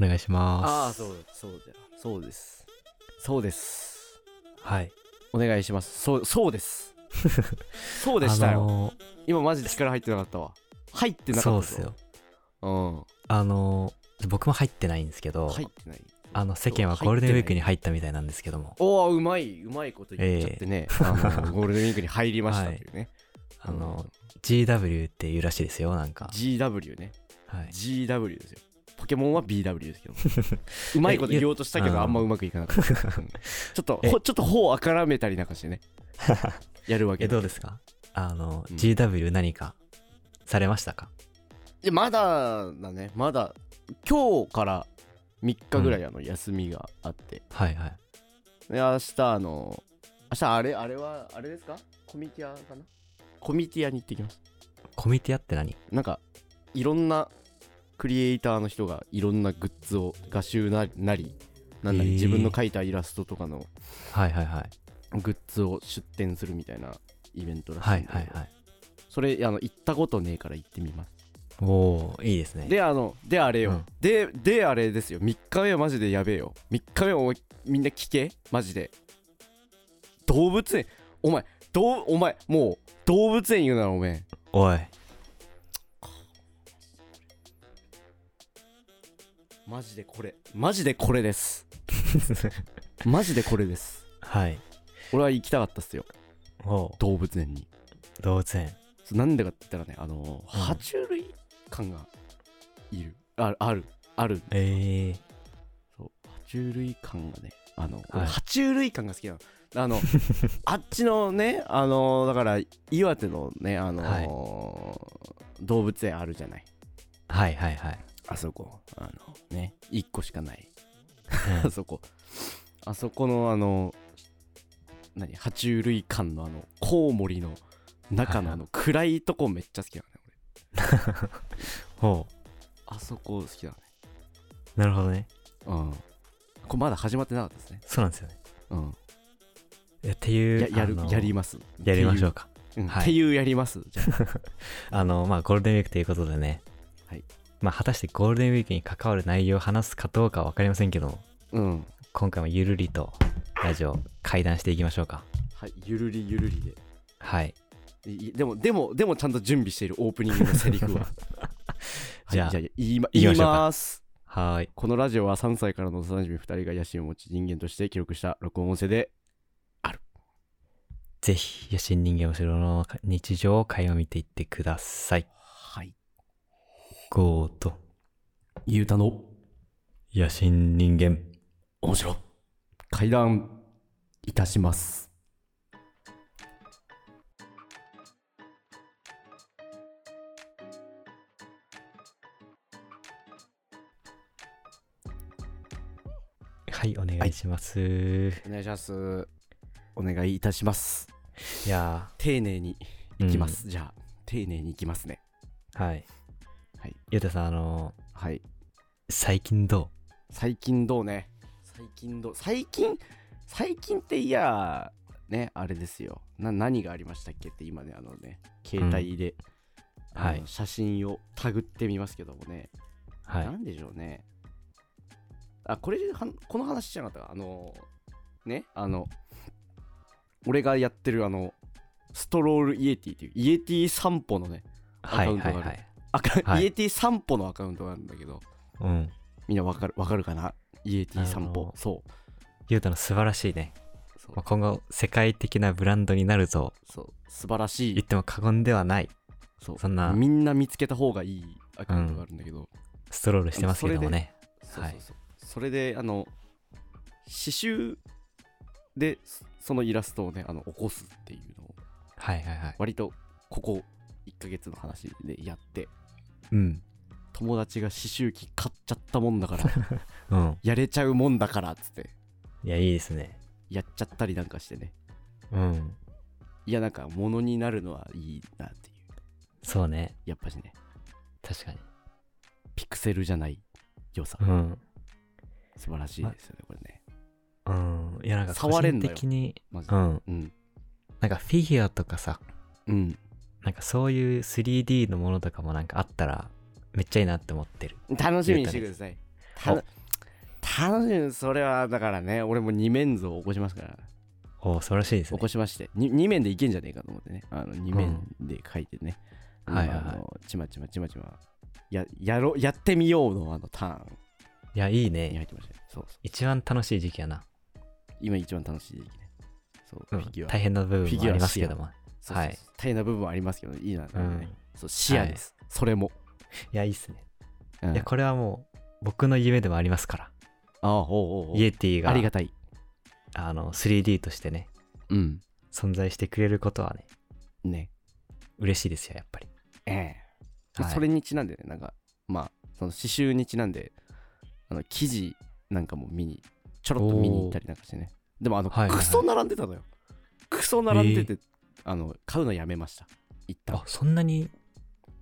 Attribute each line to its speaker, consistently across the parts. Speaker 1: お願いします。
Speaker 2: ああ、そう、そうじゃ、そうです。そうです。
Speaker 1: はい。
Speaker 2: お願いします。そう、そ うです。そうでしたよ。
Speaker 1: あのー
Speaker 2: 今マジで力入ってなかったわ。入ってな
Speaker 1: そ
Speaker 2: か
Speaker 1: う
Speaker 2: っ
Speaker 1: ったすよ。。
Speaker 2: うん。
Speaker 1: あのー僕も入ってないんですけど、
Speaker 2: 入ってない。
Speaker 1: あの、世間はゴールデンウィークに入ったみたいなんですけども、
Speaker 2: おお、うまい、うまいこと言っちゃってね。あのゴールデンウィークに入りましたという ね。
Speaker 1: あの、GW っていうらしいですよ、なんか。
Speaker 2: GW ね。
Speaker 1: はい。
Speaker 2: GW ですよ。ポケモンは BW ですけど。 うまいこと言おうとしたけ
Speaker 1: い
Speaker 2: ど、
Speaker 1: や
Speaker 2: あんまうまくいかなかった。うんちょっと、
Speaker 1: え
Speaker 2: ほちょっと頬をあからめたりなんかし てね。やるわけ
Speaker 1: え、
Speaker 2: で
Speaker 1: どうですかあの、
Speaker 2: うん
Speaker 1: GW 何かされましたか
Speaker 2: いやまだだね、まだ、今日から3日ぐらいあの休みがあって、
Speaker 1: はいはい。
Speaker 2: で明日あの、明日あれ、あれは、あれですかコミティアかなコミティアに行ってきます。
Speaker 1: コミティアって何
Speaker 2: なんか、いろんなクリエイターの人がいろんなグッズを画集なり、なりなんな
Speaker 1: へ
Speaker 2: り
Speaker 1: ー
Speaker 2: 自分の描いたイラストとかの
Speaker 1: はいはいはい。
Speaker 2: グッズを出展するみたいなイベントらしい
Speaker 1: は
Speaker 2: ん
Speaker 1: い
Speaker 2: で
Speaker 1: はいはい。
Speaker 2: それあの行ったことねえから行ってみます
Speaker 1: おー、いいですね。
Speaker 2: であのであれよ、
Speaker 1: うん
Speaker 2: でであれですよ3日目はマジでやべえよ3日目はおいみんな聞けマジで動物園お前どうお前もう動物園言うならお前
Speaker 1: お い。
Speaker 2: マジでこれマジでこれですマジでこれです
Speaker 1: はい。
Speaker 2: 俺は行きたかったっすよ
Speaker 1: おう
Speaker 2: 動物園に
Speaker 1: 動物園。
Speaker 2: そうなんでかって言ったらねあの
Speaker 1: うん
Speaker 2: 爬虫類感がいるああるある
Speaker 1: えー。
Speaker 2: そう爬虫類感がねあの、
Speaker 1: はい
Speaker 2: 爬虫類感が好きなの あのあっちのねあのだから岩手のねあの動物園あるじゃない
Speaker 1: はいはいはい。
Speaker 2: あそこあのね1個しかない
Speaker 1: う
Speaker 2: あそこあそこのあの何爬虫類館のあのコウモリの中のあの暗いとこめっちゃ好きなのね俺
Speaker 1: お
Speaker 2: あそこ好きなのね
Speaker 1: うなるほどね。
Speaker 2: うんこれまだ始まってなかったですね
Speaker 1: そうなんですよね。
Speaker 2: うん
Speaker 1: えっていう。
Speaker 2: ややる
Speaker 1: あの
Speaker 2: やります
Speaker 1: やりましょうか。
Speaker 2: うん
Speaker 1: はい
Speaker 2: っていうやります。じゃあ
Speaker 1: あの、まあ、ゴールデンウィークということでね。
Speaker 2: はい。
Speaker 1: まあ、果たしてゴールデンウィークに関わる内容を話すかどうかは分かりませんけども、
Speaker 2: うん。
Speaker 1: 今回もゆるりとラジオ、会談していきましょうか。
Speaker 2: はい、ゆるりゆるりで。
Speaker 1: はい。
Speaker 2: いいでも、でも、でもちゃんと準備しているオープニングのセリフ は。
Speaker 1: じゃあ
Speaker 2: はいじゃあ言いま
Speaker 1: 行き
Speaker 2: 言
Speaker 1: ま
Speaker 2: い
Speaker 1: しょうか
Speaker 2: ます。
Speaker 1: はーい。
Speaker 2: このラジオは3歳からの幼馴染2人が野心を持ち人間として記録した録音音声で、
Speaker 1: ぜひ、野心人間お城の日常を垣間見ていってください。
Speaker 2: はい。
Speaker 1: ゴーと、
Speaker 2: ゆうたの
Speaker 1: 野心人間。
Speaker 2: 面白会談いたします。
Speaker 1: はい、お願いします。い、
Speaker 2: お願いします。お願いいたします。
Speaker 1: や
Speaker 2: 丁寧に
Speaker 1: ー、
Speaker 2: いき
Speaker 1: うん
Speaker 2: ます。じゃあ、丁寧にいきますね。
Speaker 1: はい。
Speaker 2: はい。
Speaker 1: ゆうたさん、あの
Speaker 2: はい。
Speaker 1: 最近ど
Speaker 2: 最近どうね最近どう最近最近っていやねあれですよな何がありましたっけって今ねあのね携帯で、
Speaker 1: うん
Speaker 2: あの
Speaker 1: はい
Speaker 2: 写真をタグってみますけどもね、
Speaker 1: うはい
Speaker 2: な。んでしょうねあこれはこの話じゃなかったかあのねあの俺がやってるあのストロールイエティっていうイエティ散歩のね
Speaker 1: はいはい
Speaker 2: アカウントがある
Speaker 1: はい。
Speaker 2: アカ
Speaker 1: はい
Speaker 2: イエティ散歩のアカウントがあるんだけど
Speaker 1: うん。
Speaker 2: みんなわかるわかるかなイエティ散
Speaker 1: あ
Speaker 2: 歩
Speaker 1: の
Speaker 2: そう
Speaker 1: ゆうたの素晴らしいね。
Speaker 2: そう
Speaker 1: まあ今後、世界的なブランドになると
Speaker 2: そう素晴らし
Speaker 1: 言っ
Speaker 2: い
Speaker 1: ても過言ではない。
Speaker 2: そう
Speaker 1: そんな
Speaker 2: みんな見つけた方がいいアカウントがあるんだけど、
Speaker 1: ストロールしてますけどもね。
Speaker 2: そう
Speaker 1: は
Speaker 2: そう
Speaker 1: い
Speaker 2: そうそれであの刺繍でそそのイラストをねあの起こすっていうのを
Speaker 1: はいはいはい。
Speaker 2: 割とここ1ヶ月の話でやって
Speaker 1: うん。
Speaker 2: 友達が刺繍機買っちゃったもんだから
Speaker 1: うん。
Speaker 2: やれちゃうもんだからっつって
Speaker 1: いや、いいですね。
Speaker 2: やっちゃったりなんかしてね
Speaker 1: うん。
Speaker 2: いやなんか物になるのはいいなっていう
Speaker 1: そうね。
Speaker 2: やっぱしね
Speaker 1: 確かに。
Speaker 2: ピクセルじゃない良さ
Speaker 1: うん。
Speaker 2: 素晴らしいですよねこれね
Speaker 1: うん。いや、なんか、個
Speaker 2: 触れん
Speaker 1: 人
Speaker 2: のよ
Speaker 1: 的に、
Speaker 2: まず
Speaker 1: うん。
Speaker 2: うん
Speaker 1: なんか、フィギュアとかさ、
Speaker 2: うん
Speaker 1: なんかそういう 3D のものとかもなんかあったら、めっちゃいいなって思ってる。
Speaker 2: 楽しみにしてください。た楽しみそれはだからね俺も二面像を起こしますから
Speaker 1: おお、素晴らしいです
Speaker 2: 起
Speaker 1: ね
Speaker 2: こ。しましてに二面でいけんじゃねえかと思ってねあの二面で書いてね、
Speaker 1: うんはいはいはい
Speaker 2: あのちまちまちまちまややろやってみようのあのターン
Speaker 1: いや、いい
Speaker 2: に
Speaker 1: ね。
Speaker 2: 入ってましたよそうそう
Speaker 1: 一番楽しい時期やな。
Speaker 2: 今一番楽しい時期ねそう、
Speaker 1: うん
Speaker 2: フィギュア
Speaker 1: 大変な部分もありますけども。
Speaker 2: そうそうそう
Speaker 1: はい
Speaker 2: 大変な部分はありますけどいいな、ね
Speaker 1: うん。
Speaker 2: そう視野です、それも、
Speaker 1: いや、いいっすね。
Speaker 2: うん
Speaker 1: いや、これはもう、僕の夢でもありますから。
Speaker 2: ああおうおうおう
Speaker 1: イエティが
Speaker 2: ありがたい
Speaker 1: あの 3D としてね、
Speaker 2: うん
Speaker 1: 存在してくれることはね、
Speaker 2: ね
Speaker 1: 嬉しいですよ、やっぱり。
Speaker 2: ええで
Speaker 1: はい
Speaker 2: それにちなんでねなんかまあその刺繍にちなんであの記事なんかも見にちょろっと見に行ったりなんかしてねでもあの、
Speaker 1: はいはいはい
Speaker 2: クソ並んでたのよクソ並んでて、あの買うのやめました一旦
Speaker 1: あ、そんなに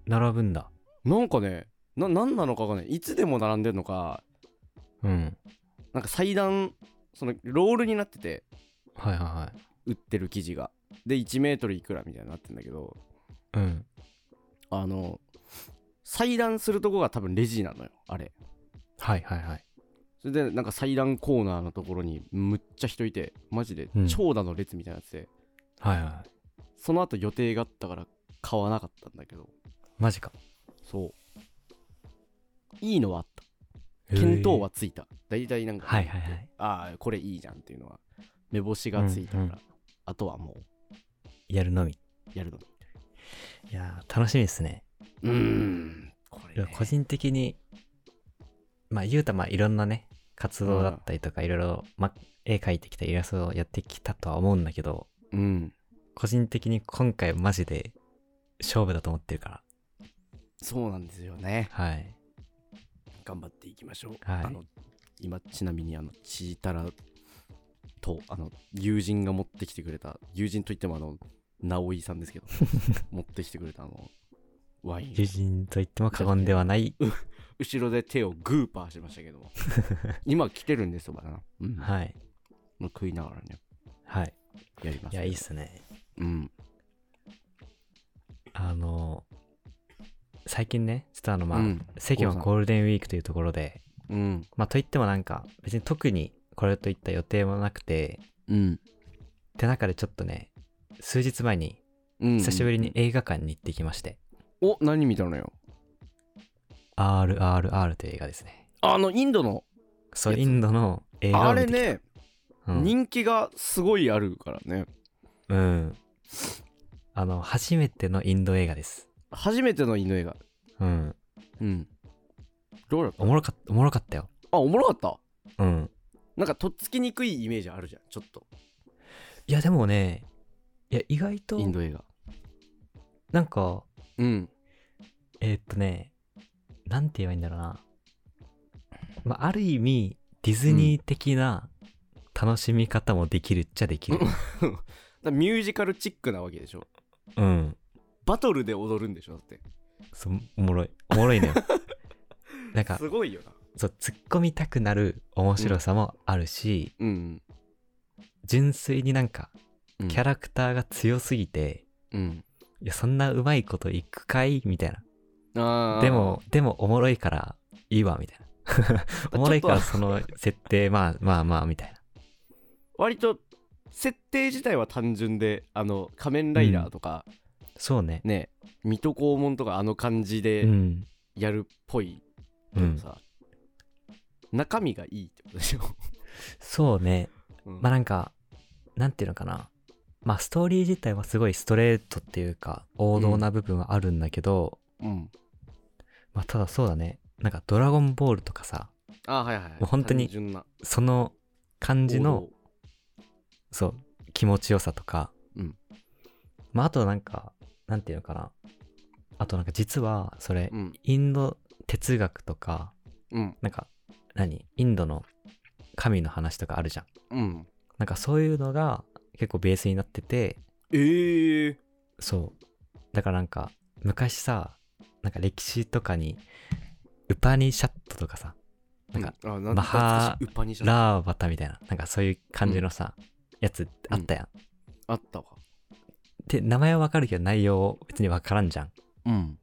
Speaker 1: 並ぶんだ。
Speaker 2: なんかねな何なのかがねいつでも並んでるのか
Speaker 1: うん。
Speaker 2: なんか祭壇そのロールになってて
Speaker 1: はいはいはい。
Speaker 2: 売ってる記事がで1メートルいくらみたいになってんだけど
Speaker 1: うん。
Speaker 2: あの裁断するとこが多分レジなのよあれ
Speaker 1: はいはいはい。
Speaker 2: それでなんか裁断コーナーのところにむっちゃ人いてマジで
Speaker 1: うん
Speaker 2: 長蛇の列みたいなやつで、
Speaker 1: はいはい。
Speaker 2: その後予定があったから買わなかったんだけど
Speaker 1: マジか。
Speaker 2: そういいのはあった見当
Speaker 1: は。
Speaker 2: はついた大体なんか、
Speaker 1: はいはいはい。
Speaker 2: ああこれいいじゃんっていうのは目星がついたから、
Speaker 1: うんうん
Speaker 2: あとはもう
Speaker 1: やるのみ。
Speaker 2: やるの
Speaker 1: いやー、楽しみですね。
Speaker 2: うーんこ
Speaker 1: い
Speaker 2: れ、
Speaker 1: や
Speaker 2: ね、
Speaker 1: 個人的に、まあ、ゆうた、まあ、いろんなね、活動だったりとか、いろいろ、まあ、絵描いてきたイラストをやってきたとは思うんだけど、
Speaker 2: うん
Speaker 1: 個人的に今回マジで勝負だと思ってるから。
Speaker 2: そうなんですよね
Speaker 1: はい。
Speaker 2: 頑張っていきましょう。
Speaker 1: はい
Speaker 2: あの今ちなみにあのチータラとあの友人が持ってきてくれた友人といってもあの直井さんです けど持ってきてくれたあのワイ
Speaker 1: 友
Speaker 2: ン
Speaker 1: 人と言っても過言ではない。
Speaker 2: 後ろで手をグーパーしました けども今来てるんですよまだな、うん
Speaker 1: はい。
Speaker 2: もう食いながらね
Speaker 1: はい。
Speaker 2: やります
Speaker 1: いや、いいっすね。
Speaker 2: うん
Speaker 1: あの、最近ね、ちょっとあの、まあ、
Speaker 2: うん
Speaker 1: 世間はゴールデンウィークというところで、
Speaker 2: うん
Speaker 1: まあ、といってもなんか、別に特にこれといった予定もなくて、
Speaker 2: うん
Speaker 1: って中でちょっとね、数日前に、
Speaker 2: うん
Speaker 1: 久しぶりに映画館に行ってきまして、
Speaker 2: お何見たのよ
Speaker 1: RRR という映画ですね。
Speaker 2: あのインドの
Speaker 1: そう、
Speaker 2: やつ
Speaker 1: インドの映画
Speaker 2: あ
Speaker 1: を見
Speaker 2: れ
Speaker 1: てきた。
Speaker 2: ね、
Speaker 1: うん
Speaker 2: 人気がすごいあるからね
Speaker 1: うん。あの、初めてのインド映画です。
Speaker 2: 初めてのインド映画
Speaker 1: うん。
Speaker 2: うんどうだった
Speaker 1: おもろかった、おもろかったよ。
Speaker 2: あおもろかった
Speaker 1: うん。
Speaker 2: なんかとっつきにくいイメージあるじゃんちょっと
Speaker 1: いや、でもね、いや、意外と、
Speaker 2: インド映画
Speaker 1: なんか、
Speaker 2: うん
Speaker 1: えーっとね、なんて言えばいいんだろうな。まあ、ある意味、ディズニー的な楽しみ方もできるっちゃできる。
Speaker 2: だミュージカルチックなわけでしょ
Speaker 1: うん。
Speaker 2: バトルで踊るんでしょだって
Speaker 1: そうおもろい。おもろい のよ。なんか
Speaker 2: す、ごいよな
Speaker 1: そう、突っ込みたくなる面白さもあるし、
Speaker 2: うん
Speaker 1: 純粋になんか、
Speaker 2: うん
Speaker 1: キャラクターが強すぎて、
Speaker 2: うん
Speaker 1: いや、そんなうまいこといくかいみたいな。
Speaker 2: あー
Speaker 1: でも、でもおもろいからいいわ、みたい な。おもろいからその設定、まあまあまあ、みたいな。
Speaker 2: 割と設定自体は単純であの仮面ライダーとか、
Speaker 1: そうね。
Speaker 2: ね水戸黄門とかあの感じ
Speaker 1: う
Speaker 2: で
Speaker 1: ん。
Speaker 2: やるっぽい
Speaker 1: う
Speaker 2: けど
Speaker 1: ん。
Speaker 2: さ、中身がいいってことでしょ、
Speaker 1: そうね。
Speaker 2: うん
Speaker 1: まあなんか、なんていうのかな。まあストーリー自体はすごいストレートっていうか、王道な部分はあるんだけど、
Speaker 2: うん
Speaker 1: まあただそうだね。なんかドラゴンボールとかさ、
Speaker 2: あーはいはいはい
Speaker 1: もう本当に
Speaker 2: 単純な
Speaker 1: その感じ
Speaker 2: 王
Speaker 1: の
Speaker 2: 道、
Speaker 1: そう、気持ちよさとか、
Speaker 2: うん
Speaker 1: まああとなんか、なんていうのかな。あとなんか実は、それ、
Speaker 2: うん
Speaker 1: インド哲学とか、
Speaker 2: うん
Speaker 1: なんか、何インドの神の話とかあるじゃん。
Speaker 2: うん
Speaker 1: なんかそういうのが結構ベースになってて、
Speaker 2: えー、
Speaker 1: そう。だからなんか、昔さ、なんか歴史とかに、ウパニシャットとかさ、なんか、
Speaker 2: うん、あなん
Speaker 1: マハ
Speaker 2: 懐かしいウッパニシャット
Speaker 1: ラーバタみたいな、なんかそういう感じのさ、やつってあったやん。
Speaker 2: あったわ。
Speaker 1: で、名前はわかるけど内容別にわからんじゃん。
Speaker 2: うん。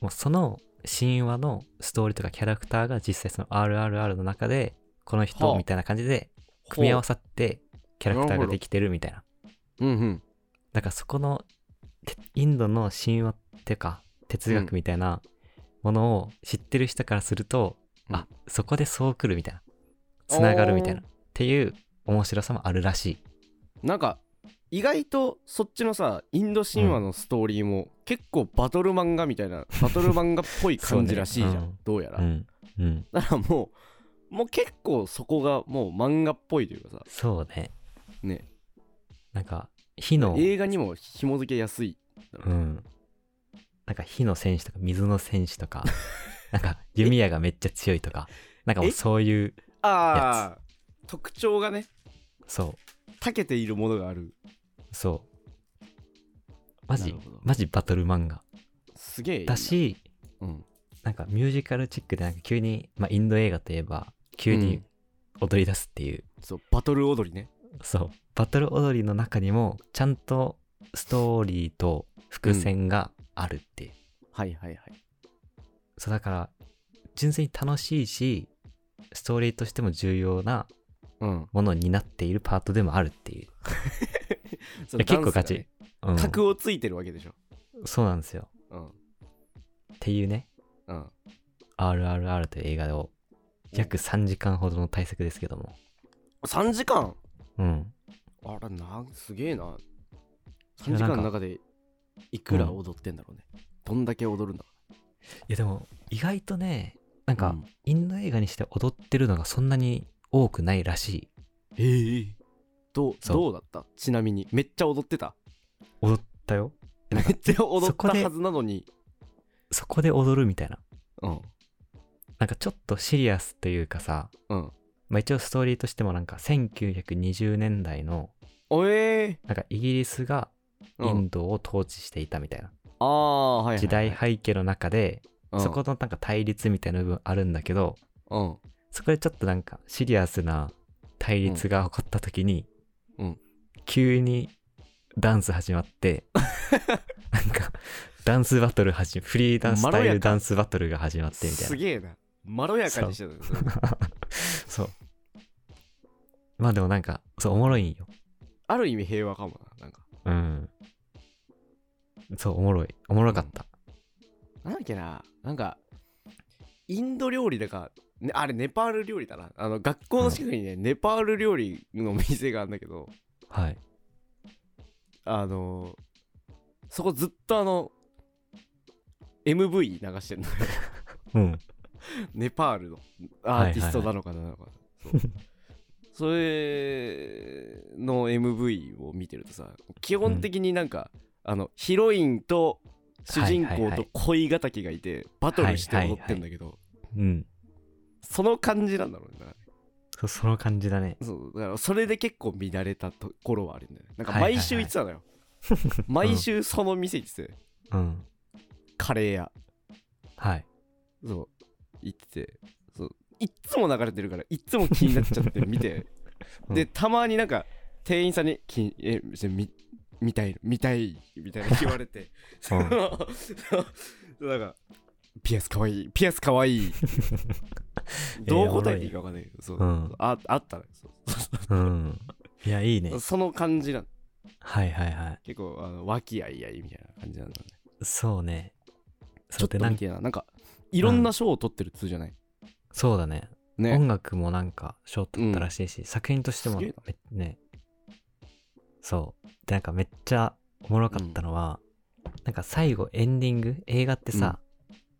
Speaker 1: もうその神話のストーリーとかキャラクターが実際その RRR の中で、この
Speaker 2: は
Speaker 1: 人
Speaker 2: あ
Speaker 1: みたいな感じで、組み合わさってキャラクターができてるみたいな。
Speaker 2: うんうん
Speaker 1: だからそこの、てインドの神話っていうか、哲学みたいなものを知ってる人からすると、
Speaker 2: うん
Speaker 1: あ、そこでそう来るみたいな。つながるみたいな。
Speaker 2: お
Speaker 1: っていう面白さもあるらしい。
Speaker 2: なんか意外とそっちのさインド神話のストーリーも結構バトル漫画みたいなバトル漫画っぽい感じらしいじゃん、
Speaker 1: そうねうん
Speaker 2: どうやら、
Speaker 1: うん。うん。
Speaker 2: だからもうもう結構そこがもう漫画っぽいというかさ
Speaker 1: そうね。
Speaker 2: ね
Speaker 1: なんか、火の、
Speaker 2: 映画にも紐付けやすい
Speaker 1: うん。なんか火の戦士とか水の戦士と か、なんか弓矢がめっちゃ強いとか、なんかもう
Speaker 2: え
Speaker 1: そういう、
Speaker 2: ああ特徴がね
Speaker 1: そ
Speaker 2: 長けているものがある
Speaker 1: う、そう。マジ
Speaker 2: なるほど、
Speaker 1: マジバトル漫画。
Speaker 2: すげえいいな
Speaker 1: だし、
Speaker 2: うん
Speaker 1: なんかミュージカルチックでなんか急に、まあインド映画といえば、急に踊り出すっていう、
Speaker 2: そうバトル踊りね
Speaker 1: そう、バトル踊りの中にも、ちゃんとストーリーと伏線があるっていう。
Speaker 2: はいはいはい
Speaker 1: そうだから純粋に楽しいしストーリーとしても重要な
Speaker 2: うん
Speaker 1: ものになっているパートでもあるっていう、
Speaker 2: そ
Speaker 1: いや結構
Speaker 2: ダン
Speaker 1: ガ
Speaker 2: スが
Speaker 1: チ
Speaker 2: ね、
Speaker 1: うん、
Speaker 2: 格をついてるわけでしょ
Speaker 1: そうなんですよ
Speaker 2: うん
Speaker 1: っていうね
Speaker 2: うん
Speaker 1: 「RRR」という映画を約3時間ほどの大作ですけども
Speaker 2: 3時間
Speaker 1: うん
Speaker 2: あらなんすげえない3
Speaker 1: や
Speaker 2: 時
Speaker 1: なんか
Speaker 2: 間の中でいくら踊ってんだろうね、どんだけ踊るんだ
Speaker 1: いやでも意外とねなん
Speaker 2: ろう
Speaker 1: か
Speaker 2: うん
Speaker 1: インド映画にして踊ってるのがそんなに多くないらしい
Speaker 2: ええどう
Speaker 1: そう
Speaker 2: どうだったちなみにめっちゃ踊ってた
Speaker 1: 踊ったよ
Speaker 2: めっちゃ踊っ
Speaker 1: そこ
Speaker 2: た
Speaker 1: で
Speaker 2: はずなのに
Speaker 1: そこで踊るみたいな
Speaker 2: うん
Speaker 1: なんかちょっとシリアスというかさ、
Speaker 2: うん
Speaker 1: まあ、一応ストーリーとしてもなんか1920年代の
Speaker 2: おえ
Speaker 1: なんかイギリスが
Speaker 2: ー、う
Speaker 1: イ
Speaker 2: ん、
Speaker 1: ンドを統治していたみたいな
Speaker 2: ああはいはい、はい、
Speaker 1: 時代背景の中で、
Speaker 2: うん
Speaker 1: そこのなんか対立みたいな部分あるんだけど、
Speaker 2: うん
Speaker 1: そこでちょっとなんかシリアスな対立が起こった時に、
Speaker 2: うん
Speaker 1: 急にダンス始ま って、なんかダンスバトル始め、フリーダンス
Speaker 2: ま
Speaker 1: タ
Speaker 2: ろや
Speaker 1: イ
Speaker 2: か
Speaker 1: ルダンスバトルが始まってみたい
Speaker 2: す
Speaker 1: な。
Speaker 2: げえなまろやかにしてたねそれ
Speaker 1: そう。まあでもなんか、そう、おもろいんよ。
Speaker 2: ある意味平和かもななんか
Speaker 1: うん。そう、おもろい。おもろかった。
Speaker 2: なんだっけななんかインド料理だか、ね、あれネパール料理だなあの学校の近くにね、ネパール料理の店があるんだけど
Speaker 1: はい。
Speaker 2: あのそこずっとあの MV 流してるのよ
Speaker 1: うん。
Speaker 2: ネパールのアーティストなのかななのかなそう それの MV を見てるとさ基本的になんか、あのヒロインと主人
Speaker 1: はいはい
Speaker 2: 公
Speaker 1: は
Speaker 2: と
Speaker 1: い
Speaker 2: 恋敵がいてバトルして踊ってんだけど、
Speaker 1: うん。
Speaker 2: その感じなんだろうねだから
Speaker 1: そその感じだね。
Speaker 2: そうだからそれで結構見慣れたところはあるんだよねなんか
Speaker 1: はいはいはい
Speaker 2: 毎週行ってたのよ、 毎週その店行ってて
Speaker 1: うん。
Speaker 2: カレー屋
Speaker 1: はい。
Speaker 2: そう行っててそういっつも流れてるからいっつも気になっちゃって見て、
Speaker 1: うん
Speaker 2: でたまになんか店員さんにきんえじゃみ見たいの見たいみたいな言われて、 そ う
Speaker 1: うん
Speaker 2: そうなんかピアスかわいいピアスかわいい どう答えていいかわかんないけどそう、
Speaker 1: うん。
Speaker 2: ああったねそ
Speaker 1: う
Speaker 2: う
Speaker 1: ん。いや、いいね。
Speaker 2: その感じなん
Speaker 1: はいはいはい。
Speaker 2: 結構あの和気あいあいみたいな感じなんだね
Speaker 1: そうね。
Speaker 2: ちょ
Speaker 1: そ
Speaker 2: っ
Speaker 1: うで
Speaker 2: と
Speaker 1: なん
Speaker 2: み
Speaker 1: か
Speaker 2: てえななんかいろんな賞を取ってるっつうじゃない、
Speaker 1: そうだね。
Speaker 2: ね
Speaker 1: 音楽もなんか賞取ったらしいし、作品としても
Speaker 2: すげえ
Speaker 1: めね。そう。で、なんかめっちゃおもろかったのは、なんか最後エンディング、映画ってさ、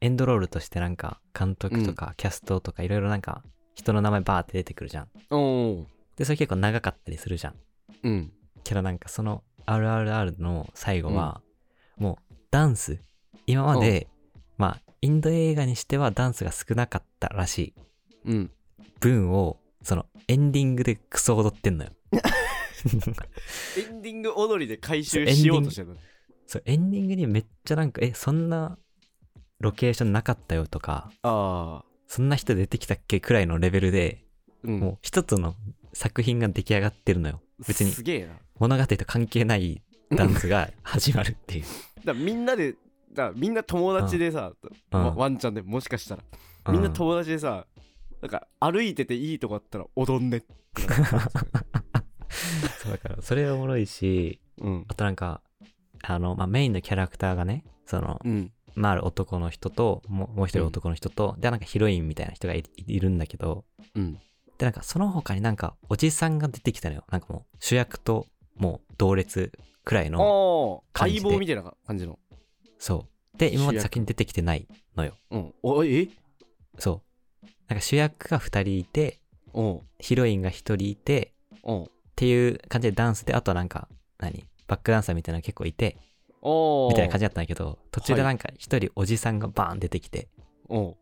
Speaker 1: エンドロールとしてなんか監督とかキャストとかいろいろなんか人の名前バーって出てくるじゃん。
Speaker 2: おお
Speaker 1: で、それ結構長かったりするじゃん。
Speaker 2: うん
Speaker 1: けどなんかその RRR の最後は、もうダンス今まで、まあインド映画にしてはダンスが少なかったらしい
Speaker 2: うん
Speaker 1: 分をそのエンディングでクソ踊ってん のよ
Speaker 2: エンディング踊りで回収しようとしてたね
Speaker 1: そうエンディングにめっちゃなんかえそんなロケーションなかったよとか
Speaker 2: ああ
Speaker 1: そんな人出てきたっけくらいのレベルで、
Speaker 2: うん
Speaker 1: もう一つの作品が出来上がってるのよ別に
Speaker 2: すげえなだか
Speaker 1: 物語と関係ないダンスが始まるっていう
Speaker 2: らみんなでだからみんな友達でさ、
Speaker 1: うん
Speaker 2: わワンちゃんでもしかしたらみんな友達でさ、なんか歩いてていいとこあったらおどんねってなる
Speaker 1: そうだからそれがおもろいし
Speaker 2: うん
Speaker 1: あとなんかあの、まあ、メインのキャラクターがねその、
Speaker 2: うん
Speaker 1: まあ、ある男の人ともうもう一人男の人と、でなんかヒロインみたいな人がいいいるんだけど
Speaker 2: うん
Speaker 1: でなんかその他になんかおじさんが出てきたのよなんかもう主役ともう同列くらいの
Speaker 2: おー
Speaker 1: 感じ
Speaker 2: 相
Speaker 1: で
Speaker 2: 棒みたいな感じの
Speaker 1: そうで今まで
Speaker 2: 主役
Speaker 1: 先に出てきてないのよ
Speaker 2: うんおえ
Speaker 1: そうなんか主役が2人いて
Speaker 2: おう
Speaker 1: ヒロインが1人いてっ
Speaker 2: おう
Speaker 1: ていう感じでダンスであとはなんか何バックダンサーみたいなの結構いて
Speaker 2: お
Speaker 1: みたいな感
Speaker 2: じ
Speaker 1: じだったんだけど途中でなんか一人おじさんがバーン出てきて、
Speaker 2: おう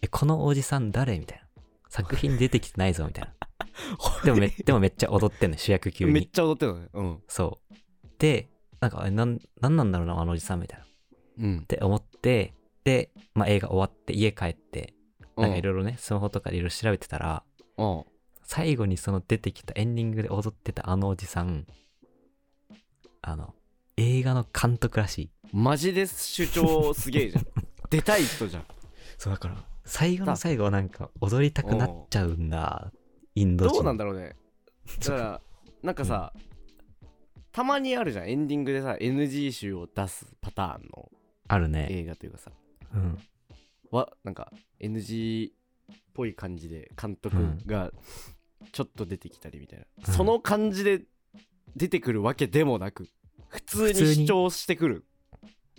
Speaker 1: えこのおじさん誰みたいな作品出てきてないぞみ たいなでもめでもめっちゃ踊ってんの主役級
Speaker 2: めっ
Speaker 1: に
Speaker 2: ちゃ踊ってたねうん
Speaker 1: そうでなんかえなんなんなんだろうなあのおじさんみたいなっ
Speaker 2: うん
Speaker 1: て思ってで、まあ、映画終わって家帰ってなんかいろいろねスマホとかでいろいろ調べてたら
Speaker 2: おう
Speaker 1: 最後にその出てきたエンディングで踊ってたあのおじさんあの映画の監督らしい
Speaker 2: マジで主張すげえ じゃん出たい人じゃん
Speaker 1: そうだから最後の最後はなんか踊りたくなっちゃうんだインド人
Speaker 2: どうなんだろうねだからなんかさ、たまにあるじゃんエンディングでさ NG 集を出すパターンの
Speaker 1: あるね
Speaker 2: 映画というかさ
Speaker 1: うん
Speaker 2: はなんか NG っぽい感じで監督
Speaker 1: うん
Speaker 2: がちょっと出てきたりみたいな、
Speaker 1: うん
Speaker 2: その感じで出てくるわけでもなく普通
Speaker 1: 普
Speaker 2: に
Speaker 1: 通
Speaker 2: 主
Speaker 1: に
Speaker 2: 張してくる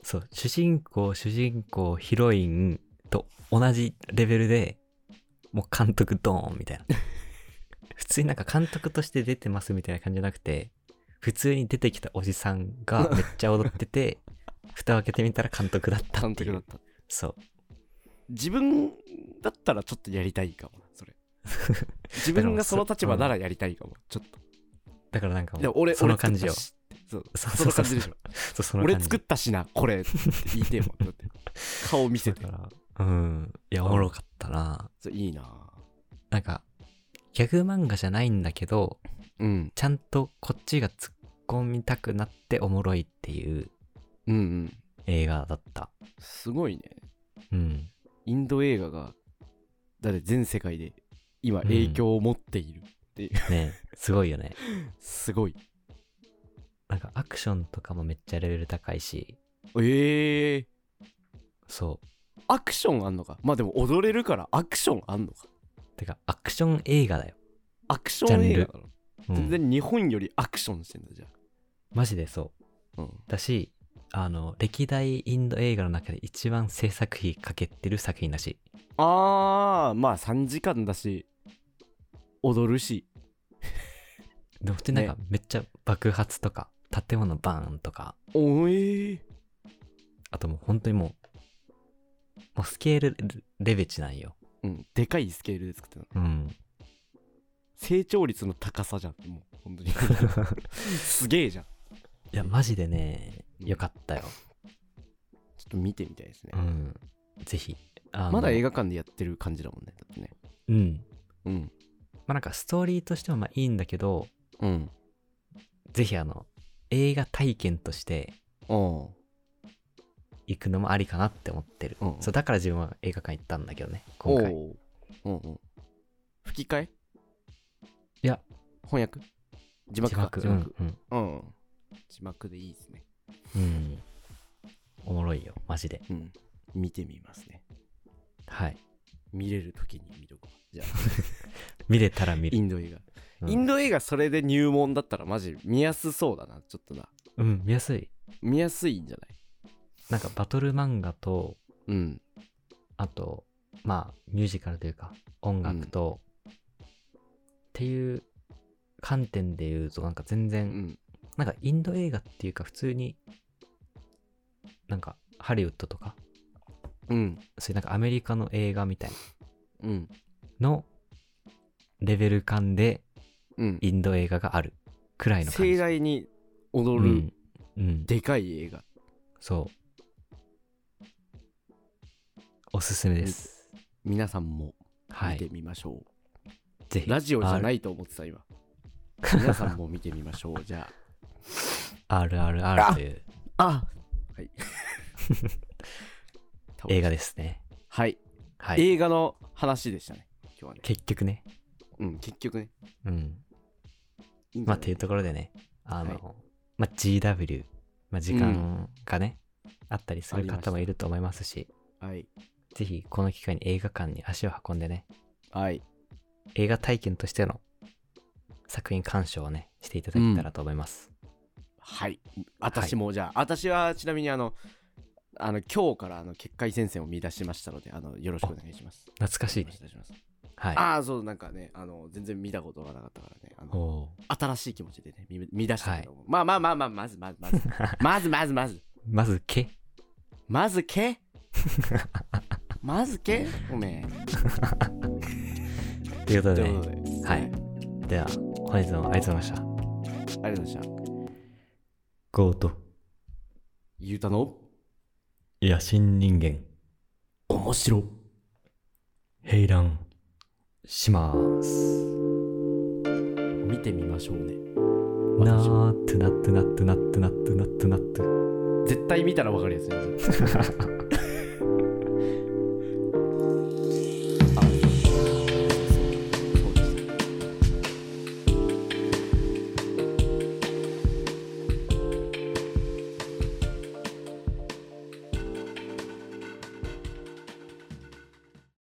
Speaker 1: そう主人公主人公ヒロインと同じレベルでもう監督ドーンみたいな 普通になんか監督として出てますみたいな感じじゃなくて普通に出てきたおじさん がめっちゃ踊ってて蓋を開けてみたら監督だったっ
Speaker 2: 監
Speaker 1: てい
Speaker 2: 督だっ
Speaker 1: う
Speaker 2: た
Speaker 1: そう
Speaker 2: 自分だったらちょっとやりたいかもな それ自分がその立場ならやりたいかもちょっ
Speaker 1: だからなんか
Speaker 2: と
Speaker 1: も
Speaker 2: でも
Speaker 1: う
Speaker 2: 俺
Speaker 1: その感じ
Speaker 2: 俺
Speaker 1: よ
Speaker 2: 作ったしそう
Speaker 1: そ
Speaker 2: その感じでしょ
Speaker 1: そうその感じ
Speaker 2: 俺作ったしなこれって言いてえもん だって顔見せて
Speaker 1: だからうんいやおもろかったな
Speaker 2: そういいな
Speaker 1: なんかギャグ漫画じゃないんだけど
Speaker 2: うん
Speaker 1: ちゃんとこっちが突っ込みたくなっておもろいっていう
Speaker 2: うんうん
Speaker 1: 映画だった
Speaker 2: すごいね
Speaker 1: うん
Speaker 2: インド映画が誰全世界で今
Speaker 1: うん
Speaker 2: 影響を持っている、
Speaker 1: ねすごいよね
Speaker 2: すごい
Speaker 1: なんかアクションとかもめっちゃレベル高いし
Speaker 2: ええ
Speaker 1: そ
Speaker 2: アクションあんのかまあでも踊れるからアクションあんのか
Speaker 1: うてかアクション映画だよ、
Speaker 2: アクション映画なの、
Speaker 1: うん
Speaker 2: 全然日本よりアクションしてんだじゃ
Speaker 1: マジでそう
Speaker 2: あ、うん、
Speaker 1: だしあの歴代インド映画の中で一番制作費かけてる作品だしい
Speaker 2: あーまあ3時間だし踊るし
Speaker 1: でも普通になんかめっちゃ爆発とか建物バーンとか
Speaker 2: おえー、
Speaker 1: あともう本当にもう、もうスケールレベチなんよ。
Speaker 2: うんでかいスケールで作ってた
Speaker 1: うん。
Speaker 2: 成長率の高さじゃんもう本当 にすげえじゃん
Speaker 1: いや、マジでね、よかったよ。
Speaker 2: ちょっと見てみたいですね、
Speaker 1: うん。ぜひ。あの
Speaker 2: まだ映画館でやってる感じだもんねだってね
Speaker 1: うん。
Speaker 2: うん
Speaker 1: まあなんかストーリーとしてはまあいいんだけど、
Speaker 2: うん
Speaker 1: ぜひあの、映画体験として
Speaker 2: おう
Speaker 1: 行くのもありかなって思ってる。
Speaker 2: うん
Speaker 1: そう、だから自分は映画館行ったんだけどね、今回。い
Speaker 2: おううんうん吹き替え
Speaker 1: や、
Speaker 2: 翻訳字幕
Speaker 1: 字
Speaker 2: か
Speaker 1: 幕。
Speaker 2: 字
Speaker 1: う
Speaker 2: 幕
Speaker 1: ん、うん。
Speaker 2: うん、字幕でいいですね
Speaker 1: うん。おもろいよ、マジで。
Speaker 2: うん見てみますね
Speaker 1: はい。
Speaker 2: 見れる時に見とこうじゃあ
Speaker 1: 見れたら見
Speaker 2: イ
Speaker 1: る。
Speaker 2: ンド映画、
Speaker 1: うん
Speaker 2: インド映画それで入門だったらマジ見やすそうだなちょっとな
Speaker 1: うん、見やすい。
Speaker 2: 見やすいんじゃない
Speaker 1: なんかバトル漫画と、
Speaker 2: うん
Speaker 1: あと、まあ、ミュージカルというか、音楽と、っていう観点で言うと、なんか全
Speaker 2: う
Speaker 1: 然、
Speaker 2: ん
Speaker 1: なんかインド映画っていうか、普通に、なんか、ハリウッドとか、
Speaker 2: うん
Speaker 1: そういうなんかアメリカの映画みたい
Speaker 2: うん
Speaker 1: なの、レベル感で
Speaker 2: うん
Speaker 1: インド映画があるくらいの感じ。
Speaker 2: 盛大に
Speaker 1: う
Speaker 2: 踊る、
Speaker 1: ん。うん。
Speaker 2: でかい映画
Speaker 1: そう。おすすめです。
Speaker 2: 皆さんも
Speaker 1: は
Speaker 2: 見て
Speaker 1: い。
Speaker 2: みましょう、
Speaker 1: ぜひ、
Speaker 2: ラジオじゃ
Speaker 1: い。
Speaker 2: ないと思ってた今 皆さんも見てみましょうじゃ
Speaker 1: RRR という。
Speaker 2: ああ
Speaker 1: 映画ですね。
Speaker 2: はい、
Speaker 1: はい。
Speaker 2: 映画の話でしたね今日はね
Speaker 1: 結局ね。
Speaker 2: うん結局ね
Speaker 1: うん。
Speaker 2: いいんじ
Speaker 1: ま
Speaker 2: ゃ
Speaker 1: あ、っ
Speaker 2: ない
Speaker 1: ていうところでね、あの、
Speaker 2: はい
Speaker 1: まあ、GW、まあ、時
Speaker 2: う
Speaker 1: 間がね、あったりす
Speaker 2: あ
Speaker 1: る
Speaker 2: りました
Speaker 1: 方もいると思いますし、
Speaker 2: はい
Speaker 1: ぜひこの機会に映画館に足を運んでね、
Speaker 2: はい
Speaker 1: 映画体験としての作品鑑賞をね、していただけたらと思います。
Speaker 2: はい私もじゃあ、私はちなみにあのあの今日からあの結界戦線を見出しましたのであのよろしくお願いします
Speaker 1: 懐かしい
Speaker 2: よろ
Speaker 1: ね
Speaker 2: し。くお願いします
Speaker 1: はい。
Speaker 2: ああそうなんかねあの全然見たことがなかったからねあの
Speaker 1: おー
Speaker 2: 新しい気持ちでね見見出したけども、まあまあまあまあまずまず まずまずまずまず
Speaker 1: まず、け。
Speaker 2: ま ずけまずけおめえ
Speaker 1: ということ
Speaker 2: と
Speaker 1: で
Speaker 2: いうこ
Speaker 1: ね、
Speaker 2: とで、
Speaker 1: はいでは、本日もありがとうございました。
Speaker 2: ありがとうございました
Speaker 1: ゴート、
Speaker 2: ゆうたの
Speaker 1: 野心人間、
Speaker 2: 面白
Speaker 1: 平乱、します。
Speaker 2: 見てみましょうね
Speaker 1: なーってなってなってなってなってなってなって。
Speaker 2: 絶対見たらわかるやつね